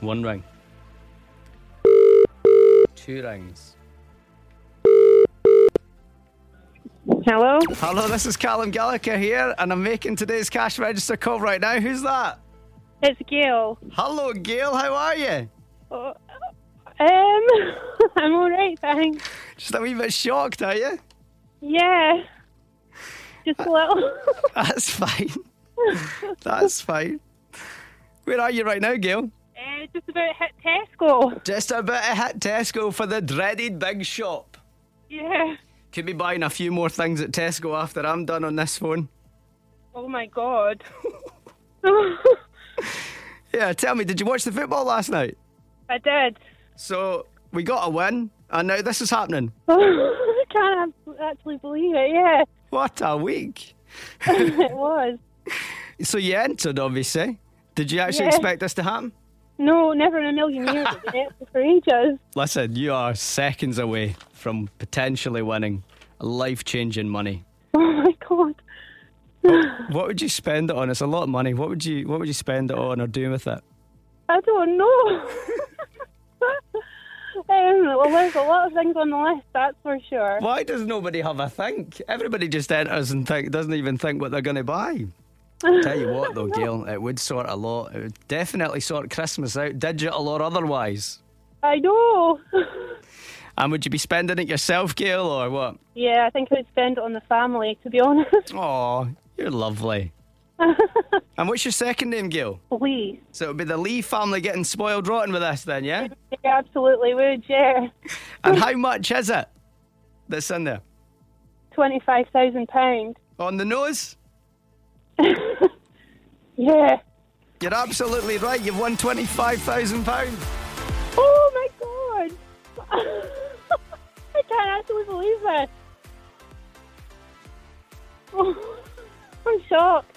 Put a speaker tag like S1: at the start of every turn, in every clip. S1: One ring. Two rings.
S2: Hello?
S3: Hello, this is Callum Gallagher here, and I'm making today's cash register call right now. Who's that?
S2: It's Gail.
S3: Hello, Gail. How are you?
S2: Oh, um, I'm alright, thanks.
S3: Just a wee bit shocked, are you?
S2: Yeah. Just a little.
S3: That's fine. That's fine. Where are you right now, Gail?
S2: uh, just about hit Tesco.
S3: Just about to hit Tesco for the dreaded big shop.
S2: Yeah.
S3: Could be buying a few more things at Tesco after I'm done on this phone.
S2: Oh my god.
S3: Yeah, tell me, did you watch the football last night?
S2: I did.
S3: So we got a win, and now this is happening.
S2: I can't actually believe it. Yeah,
S3: What a week!
S2: it was.
S3: So you entered, obviously. Did you actually
S2: Yeah.
S3: expect this to happen?
S2: No, never in a million years. It's been out for ages.
S3: Listen, you are seconds away from potentially winning life changing money.
S2: Oh my god.
S3: What would you spend it on? It's a lot of money. What would you what would you spend it on or do with it?
S2: I don't know. um, well, there's a lot of things on the list, that's for sure.
S3: Why does nobody have a think? Everybody just enters and think doesn't even think what they're gonna buy. Tell you what though, Gail, it would sort a lot. It would definitely sort Christmas out, digital or otherwise.
S2: I know.
S3: And would you be spending it yourself, Gail, or what?
S2: yeah, I think I would spend it on the family, to be honest.
S3: Oh, you're lovely. and what's your second name, Gail?
S2: Please.
S3: So it would be the Lee family getting spoiled rotten with us then, yeah?
S2: Yeah, absolutely would, yeah.
S3: And how much is it that's in there?
S2: £25,000.
S3: On the nose?
S2: Yeah.
S3: You're absolutely right. You've won £25,000.
S2: Oh my god. I can't actually believe this. Oh, I'm shocked.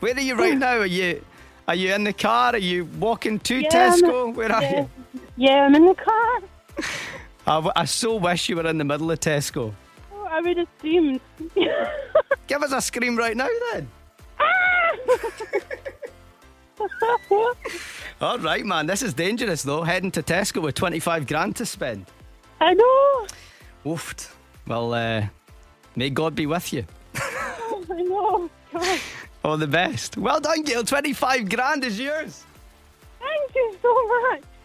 S3: Where are you right now? Are you are you in the car? Are you walking to
S2: Yeah, I'm-
S3: Tesco? Where are
S2: Yeah.
S3: you?
S2: yeah, I'm in the car.
S3: I, w- I so wish you were in the middle of Tesco.
S2: Oh, I would have screamed.
S3: Give us a scream right now then. All right, man. This is dangerous though. Heading to Tesco with 25 grand to spend.
S2: I know.
S3: Oofed. Well, uh, may God be with you.
S2: Oh, I know. God.
S3: All the best. Well done, Gail. 25 grand is yours.
S2: Thank you so much.